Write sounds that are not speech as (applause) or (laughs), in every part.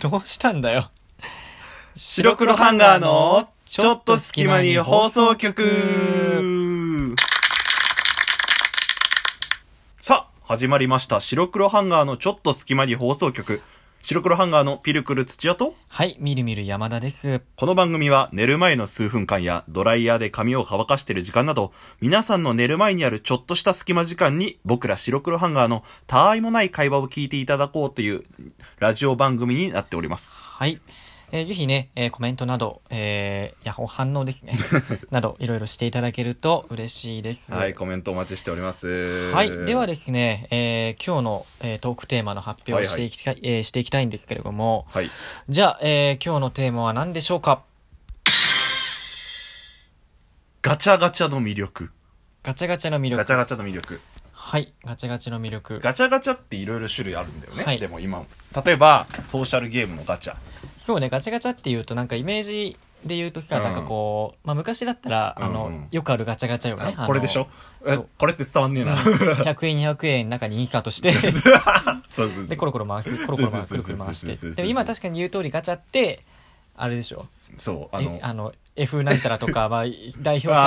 どうしたんだよ。白黒ハンガーのちょっと隙間に放送局さあ、始まりました。白黒ハンガーのちょっと隙間に放送局。白黒ハンガーのピルクル土屋と、はい、みるみる山田です。この番組は寝る前の数分間やドライヤーで髪を乾かしている時間など、皆さんの寝る前にあるちょっとした隙間時間に僕ら白黒ハンガーのたわいもない会話を聞いていただこうというラジオ番組になっております。はい。えーぜひね、えーコメントなど、えー、いや、お反応 (laughs) ですね。など、いろいろしていただけると嬉しいです。はい、コメントお待ちしております。はい。ではですね、えー今日の、えートークテーマの発表をしていきたい、えーしていきたいんですけれども、はい。じゃあ、えー今日のテーマは何でしょうかガチャガチャの魅力。ガチャガチャの魅力。ガチャガチャの魅力。はい。ガチャガチャの魅力。ガチャガチャっていろいろ種類あるんだよね。はいでも今、例えば、ソーシャルゲームのガチャ。そうね、ガチャガチャっていうと、なんかイメージで言うとさ、うんなんかこう、まあ昔だったら、あの、うんうんよくあるガチャガチャよね。あのこれでしょそうえこれって伝わんねえ (laughs) な。 100円200円の中にインサートしてそうそうそう (laughs) でコロコロ回すコロコロ回すくるくる回しそうそうそうそうてでも今確かに言う通りガチャってあれでしょそう、あえの、あの F なんちゃらとか、まあ、代表されるような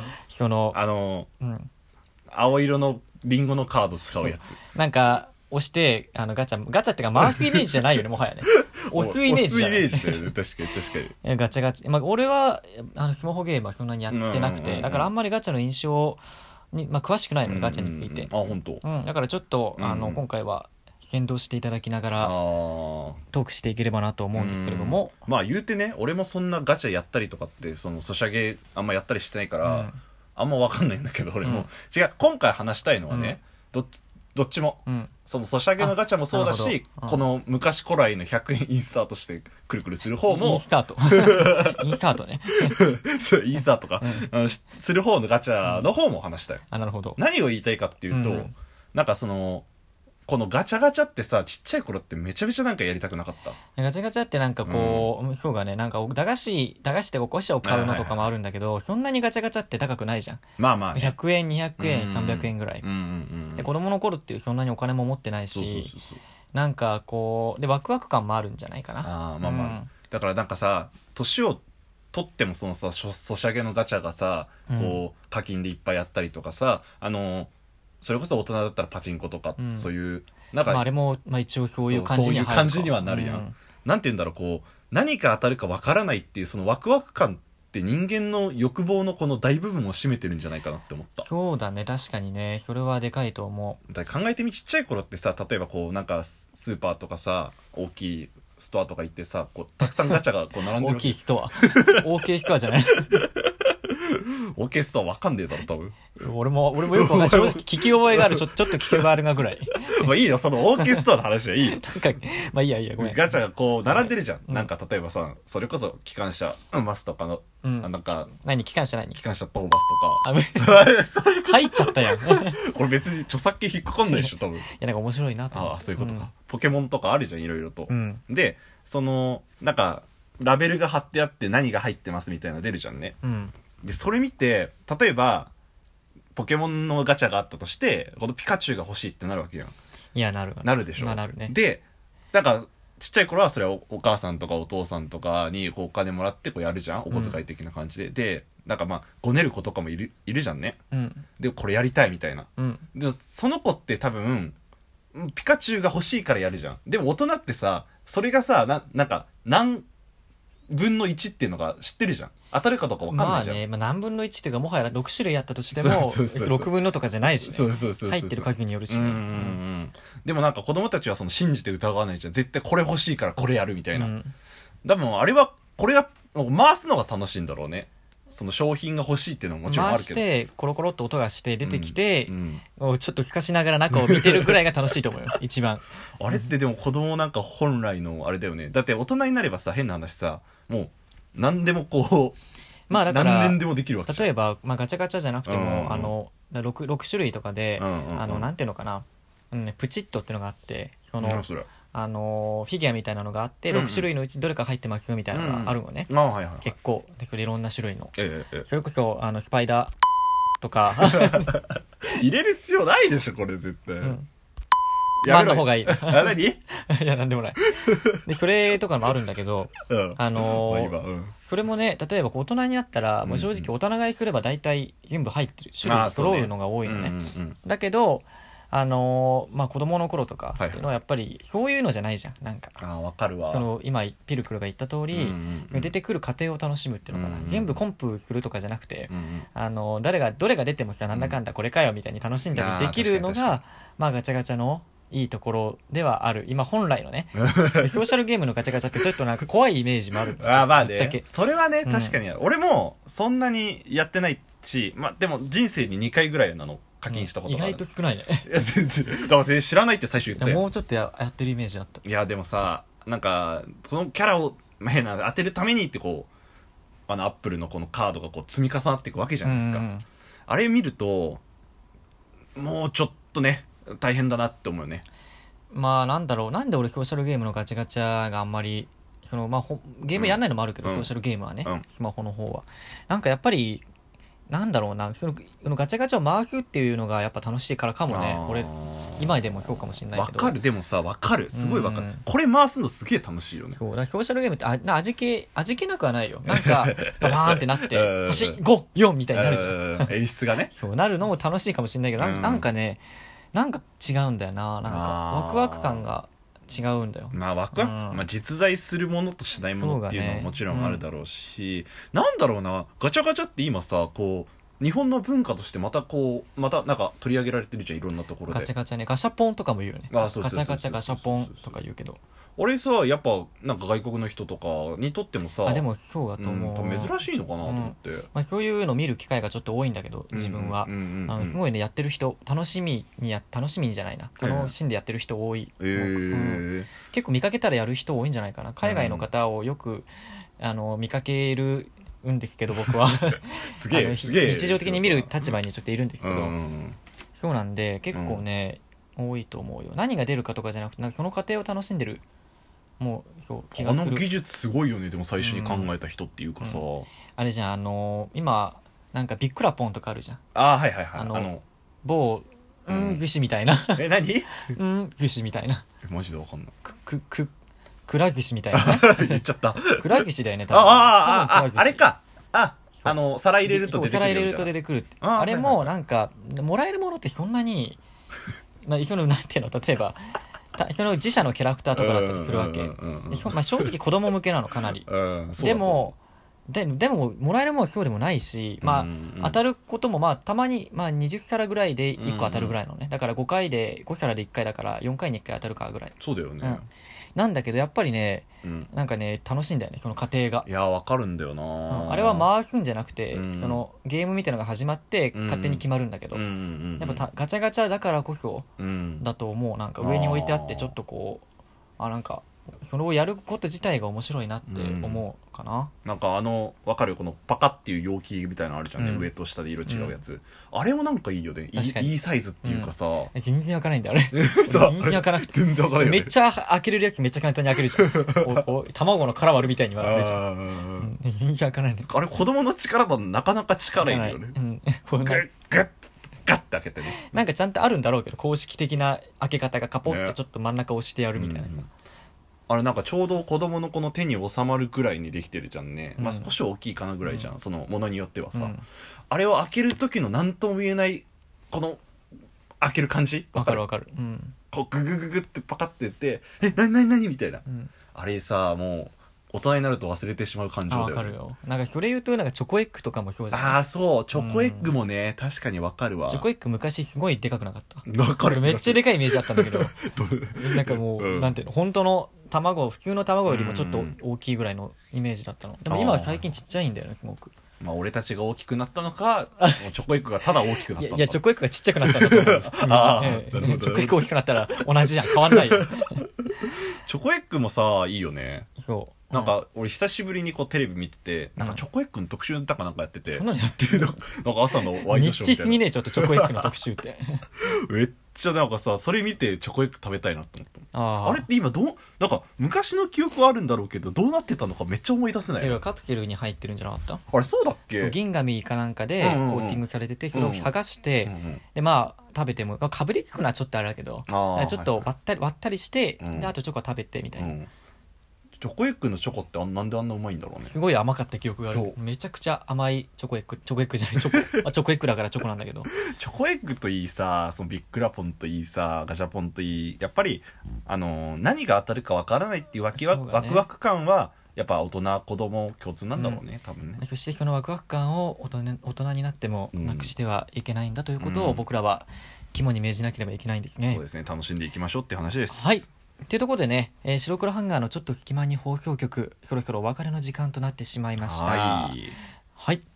(laughs) あそのー、あの、うん、青色のリンゴのカード使うやつ。なんか押してあのガチャガチャっていうか回すイメージじゃないよねもはや (laughs) ね押すイメージじゃ押なすイいメージだよね。確かに確かに。えガチャガチャ、まあ、俺はあのスマホゲームはそんなにやってなくうんうんうんうてんだからあんまりガチャの印象に、まあ、詳しくないのね (laughs) ガチャについて、うんうんうんあ、本当。うん、だからちょっと、あうんのうん今回は先導していただきながらああ。トークしていければなと思うんですけれども、うんまあ言うてね俺もそんなガチャやったりとかってそのソシャゲあんまやったりしてないかうら、んあんま分かんないんだけど俺も、違う今回話したいのはね、どっちどっちもうんそのソシャゲのガチャもそうだあなるし、ほどうんこの昔古来の100円インスタートしてくるくるする方インもスタート (laughs) インスタートね、 (laughs) そうインスタートかう、ん、うんしする方のガチャの方も話したよ、あなるほど何を言いたいかっていうと、うんなんかそのこのガチャガチャってさちっちゃい頃ってめちゃめちゃなんかやりたくなかったガチャガチャってなんかこう、そうだねなんか駄菓子駄菓子ってお菓子を買うのとかもあるんだけど、そんなにガチャガチャって高くないじゃんまあまあね、 100円200円、うん300円ぐらい、うんうんうんで子供の頃っていうそんなにお金も持ってないしそうそうそうそうなんかこうでワクワク感もあるんじゃないかなあーまあまあ、うんだからなんかさ年を取ってもそのさしょソシャゲのガチャがさこう課金でいっぱいやったりとかさあのそれこそ大人だったらパチンコとか、うんそういうなんまあ、あかれも、まあ、一応そういうそう感じにはそういう入る感じにはなるやんうんなんて言うんだろうこう何か当たるかわからないっていうそのワクワク感って人間の欲望のこの大部分を占めてるんじゃないかなって思ったそうだね確かにねそれはでかいと思だから考えてみちっちゃい頃ってさ例えばこうなんかススーパーとかさ大きいストアとか行ってさこうたくさんガチャがこう並うんで (laughs) 大るきいストア大きいストアじゃない大きいストアわかんねえだろ多分俺も俺もよく (laughs) わかんない正直聞き覚えがあるちょちょっと聞き覚えあるがぐらいまあいいよ、そのオーケストラの話はいい (laughs) よ。なんかまあいいやいいやごめんガチャがこう、並んでるじゃん。うんなんか例えばさ、それこそ機関車、マスとかの、うあなんんか、何機関車何機関車トーマスあめと (laughs) か。入っちゃった (laughs) やんいやこれ別に著作権引っかかんないでしょ、多分。なんか面白いなと思ああ、そういうことか。ポケモンとかあるじゃん、いろいろとう。んで、その、なんか、ラベルが貼ってあって何が入ってますみたいなの出るじゃんね。うんで、それ見て、例えば、ポケモンのガチャがあったとして、このピカチュウが欲しいってなるわけやん。いやなるわなるでしょ、まあなるねでなんかちっちゃい頃はそれはおお母さんとかお父さんとかにこうお金もらってこうやるじゃんお小遣い的な感じで、でなんかまあごねる子とかもいるいるじゃんねうんでこれやりたいみたいなうんでもその子って多分うんピカチュウが欲しいからやるじゃんでも大人ってさそれがさななんか何分の1っていうのが知ってるじゃん当たるかどうか分かんまなあいじゃん、ね、まあ、何分の1というかもはや6種類あったとしてもそうそう (laughs) そうそう6分のとかじゃないし、ね、そうそうそうそう入ってる数によるしうんねうんうんでもなんか子供たちはその信じて疑わないじゃん絶対これ欲しいからこれやるみたいな、うん多分あれはこれが回すのが楽しいんだろうねその商品が欲しいっていうのももちろんあ回るしけどてコロコロっと音がして出てきて、うんもうちょっと透かしながら中を見てるぐらいが楽しいと (laughs) 思うよ一番あれってでも子供なんか本来のあれだよねだって大人になればさ変な話さもう何でもこうまあだから何年でもできるわけじゃん例えば、まあ、ガチャガチャじゃなくてうんうんも、うんあの 6, 6種類とかで、うんうんうんあのなんていうのかな、うんね、プチッとってのがあってそ何の、それあのフィギュアみたいなのがあって、うんうん6種類のうちどれか入ってますみたいなのがあるのね、あはいはいはい結構でそれいろんな種類のえええそれこそあのスパイダーとか、 (laughs) え入れる必要ないでしょこれ絶対、うんマンの方がいい。 (laughs) あ、何いや、なんでもない。で、それとかもあるんだけど、うん。あのーまあ今うんそれもね、例えばこう大人になったら、もう正直大人買いすれば大体全部入ってる。種類あがーそうね揃うのが多いのね。うんうんうんだけど、あのーまあ、子供の頃とかっていうのはやっぱりそういうのじゃないじゃん。なんか、あー、わかるわ。その今、ピルクルが言った通り、出てくる過程を楽しむっていうのかな。うん全部コンプするとかじゃなくて、うんうんあのー誰が、どれが出てもさ、なんだかんだこれかよみたいに楽しんだりできるのいやー確かにが、まあ、ガチャガチャのいいところではある。今本来 (laughs) のね、うんでソーシャルゲームのガチャガチャってちょっとなんか怖いイメージもあるのあーまあぶっちゃけね。それはね、うん確かにある。俺も、そんなにやってないし、まあでも人生に2回ぐらいなの課金したこと意がある。外と少ないね。 (laughs) いや、全然。だからそれ知らないって最初言ったもよ。うちょっとややってるイメージだった。いや、でもさ、なんか、そのキャラを、まあ変な、当てるためにってこう、あの、アップルのこのカードがこう積み重なっていくわけじゃないですか。うんうんあれ見ると、もうちょっとね、大変だなって思うよね。まあなんだろう、なんで俺ソーシャルゲームのガチャガチャがあんまり、そのまあほゲームやんないのもあるけど、うんソーシャルゲームはね、うんスマホの方は。なんかやっぱり、なんだろうな、そのそのガチャガチャを回すっていうのがやっぱ楽しいからかもね、あー俺、今でもそうかもしれないわけど。かる、でもさ、わかる。すごいわかうるん。これ回すのすげえ楽しいよね。そうだからソーシャルゲームってあな味気味気なくはないよな (laughs) んかガバーンってなってうん星54みたいになるじゃん。うん演出がねそうなるのも楽しいかもしれないけどなんうんなんかねなんか違うんだよななんかあーワクワク感が違うんだよまあ、ワクワク、うんまあ、実在するものとしないものっていうのそうだはねもちろんあるだろうし、なんだろうな、ガチャガチャって今さ、こう、日本の文化としてまたこう、またなんか取り上げられてるじゃん、いろんなところガチでャ。ガチャねガシャポンとかも言うよねあそうそうそうそうガチャガチャガシャポンとか言うけど俺さ、やっぱ、なんか外国の人とかにとってもさ、あでもそうだと思うう、ん珍しいのかなと思って。まあ、そういうの見る機会がちょっと多いんだけど自分は、うんうんうんあうんのすごいねやってる人楽しみにや楽しみにじゃないなうん楽しんでやってる人多い、えすごくうんー結構見かけたらやる人多いんじゃないかな海外の方をよく、あの見かけるんですけど僕は (laughs) すげあのえ、ひすげえ。日常的に見る立場にちょっといるんですけうど、んうんそうなんで結構ね、多いと思うよ何が出るかとかじゃなくてなんかその過程を楽しんでるもうそう気あがすのる技術すごいよね、でも最初に考えた人っていうかさ。うあれじゃんあのー今なんかビックラポンとかあるじゃんああ、はいはいはい。ああのの、某ううんん寿司みたいな (laughs) え、何うん寿司みたいなマジでわかんない。くくくくら寿司みたいな (laughs) ね言っちゃった。くら寿司だよねああ、ああ、多分くああら寿司れか。あ、そうあの、皿入れると出てくそう皿る入よれみるたと出いな。てくるってあーあれはいもはいなんかもらえるものってそん (laughs) なにまあそのなんていうの例えばたその自社のキャラクターとかだったりするわけうんうんうんうんでそまあ正直子供向けなのかなりうん (laughs) そうだでもででももらえるものはそうでもないしまあ、うんうん当たることもまあたまに、まあ、20皿ぐらいで1個当たるぐらいのね、だから5回で5皿で1回だから4回に1回当たるかぐらいそうだよね。なんだけどやっぱりねうん。なんかね楽しいんだよねその過程がいや、わかるんだような。んあれは回すんじゃなくて、うんそのゲームみたいなのが始まってうん勝手に決まるんだけど、うんうんうん。やっぱたガチャガチャだからこそうん。だと思うなんか上に置いてあってあーちょっとこうあなんかそれをやること自体が面白いなって思うかな、なんかあの、わかるこのパカっていう容器みたいなのあるじゃんね。うん上と下で色違うやつ。あれもなんかいいよね。い確かにいいいサイズっていうかさ。全然開かないんだよあ (laughs) れそう全然開かなくて全然わかるよね。めっちゃ開けれるやつめっちゃ簡単に開けるじ (laughs) ゃんこうこう卵の殻割るみたいに割れるじゃん、あーうん全然開かないねあれ子供の力だとなかなか力いるよねう。ん、 (laughs) こうグなッグッガッて開けてね。なんかちゃんとあるんだろうけど公式的な開け方がカポッてねちょっと真ん中押してやるみたいなさ、うんあれなんかちょうど子供のこの手に収まるぐらいにできてるじゃんね、まあうん少し大きいかなぐらいじゃん、そのものによってはさ、うんあれを開ける時の何とも言えないこの開ける感じわかるわかるうん、こうググググってパカってやって「え何何何?」みたいなうん、あれさもう大人になると忘れてしまう感情だあよ、わね、かるよなんかそれ言うとなんかチョコエッグとかもそうじゃあなあそうチョコエッグもね、確かにわかるわいチョコエッグ昔すごいでかくなかったわかるめっち (laughs) ゃでかかいイメージあったんだけどいなんかもう、うんなんていうの本当の卵普通の卵よりもちょっとうん大きいぐらいのイメージだったのでも今は最近ちっちゃいんだよねすごく (laughs) まあ俺たちが大きくなったの (laughs) かもうチョコエッグがただ大きくなったいやのかいやチョコエッグがちっちゃくなったんだと思うああええなるほどチョコエッグ大きくなったら同じじゃん変わんないよチョコエッグもさいいよねそうなんか、俺久しぶりにこうテレビ見てて、なんうかんチョコエッグの特集だかなんかやってうんて、そんなんなのやってるの (laughs) か朝のワイニドッショチーすみたい (laughs) ぎねえちょっとチョコエッグの特集ってな。めっちゃなんかさそれ見てチョコエッグ食べたいなって思ったああれって今どうなんか昔の記憶はあるんだろうけどどうなってたのかめっちゃ思い出せないいやカプセルに入ってるんじゃなかったあれそうだっけそう銀紙かなんかでコうんうんうんーティングされててそれを剥がして、うんうんでまあ食べてもまあかぶりつくのはちょっとあれだけどあーちょっと割ったり割ったりして、うんであとチョコは食べてみたいな、うんチョコエッグのチョコってあんなんであんなうまいんだろうねすごい甘かった記憶があそるうめちゃくちゃ甘いチョコエッグチョコエッグじゃないチョコ (laughs) あチョコエッグだからチョコなんだけどチョコエッグといいさそのビッグラポンといいさガシャポンといいやっぱりあのー何が当たるかわからないっていうわきわ、そうだねワクワク感はやっぱ大人子供共通なんだろうね、多分ねそしてそのワクワク感を大人大人になってもうんなくしてはいけないんだということうをん僕らは肝に銘じなければいけないんですね、そうですね楽しんでいきましょうっていう話ですはい。というところでね、えー白黒ハンガーのちょっと隙間に放送局、そろそろお別れの時間となってしまいました。ははい。い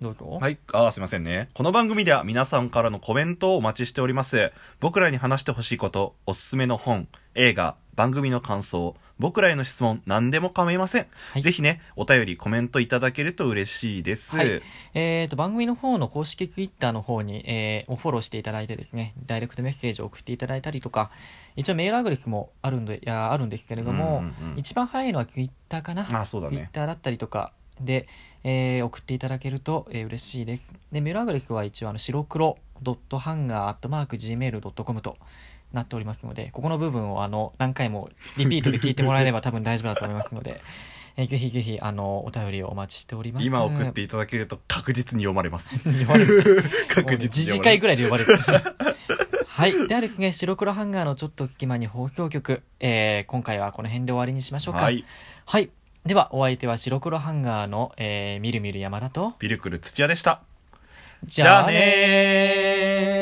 どうぞ。はい。あーすいませんね。この番組では皆さんからのコメントをお待ちしております。僕らに話してほしいこと、おすすめの本、映画、番組の感想、僕らへの質問、何でも構いません。はいぜひね、お便り、コメントいただけると嬉しいです。はいえー、と番組の方の公式ツイッターの方に、えー、をフォローしていただいてですねダイレクトメッセージを送っていただいたりとか一応メールアドレスもあるんでいやあるんですけれども、うんうんうん一番早いのはツイッターかなあーそうだねツイッターだったりとかで、えー送っていただけると、えー嬉しいですでメールアドレスは一応あの白黒ドットハンガー Gmail.com となっておりますのでここの部分をあの何回もリピートで聞いてもらえ (laughs) れば多分大丈夫だと思いますので、えーぜひぜひあのお便りをお待ちしております今送っていただけると確実に読まれ (laughs) ます。呼ばれる確実に自読まれ治会まぐらいで呼 (laughs) ばれるはいではですね白黒ハンガーのちょっと隙間に放送局、えー今回はこの辺で終わりにしましす。ょうかは、い。はいではお相手は白黒ハンガーの、えーみるみる山田とビルクル土屋でした。じじゃあねー。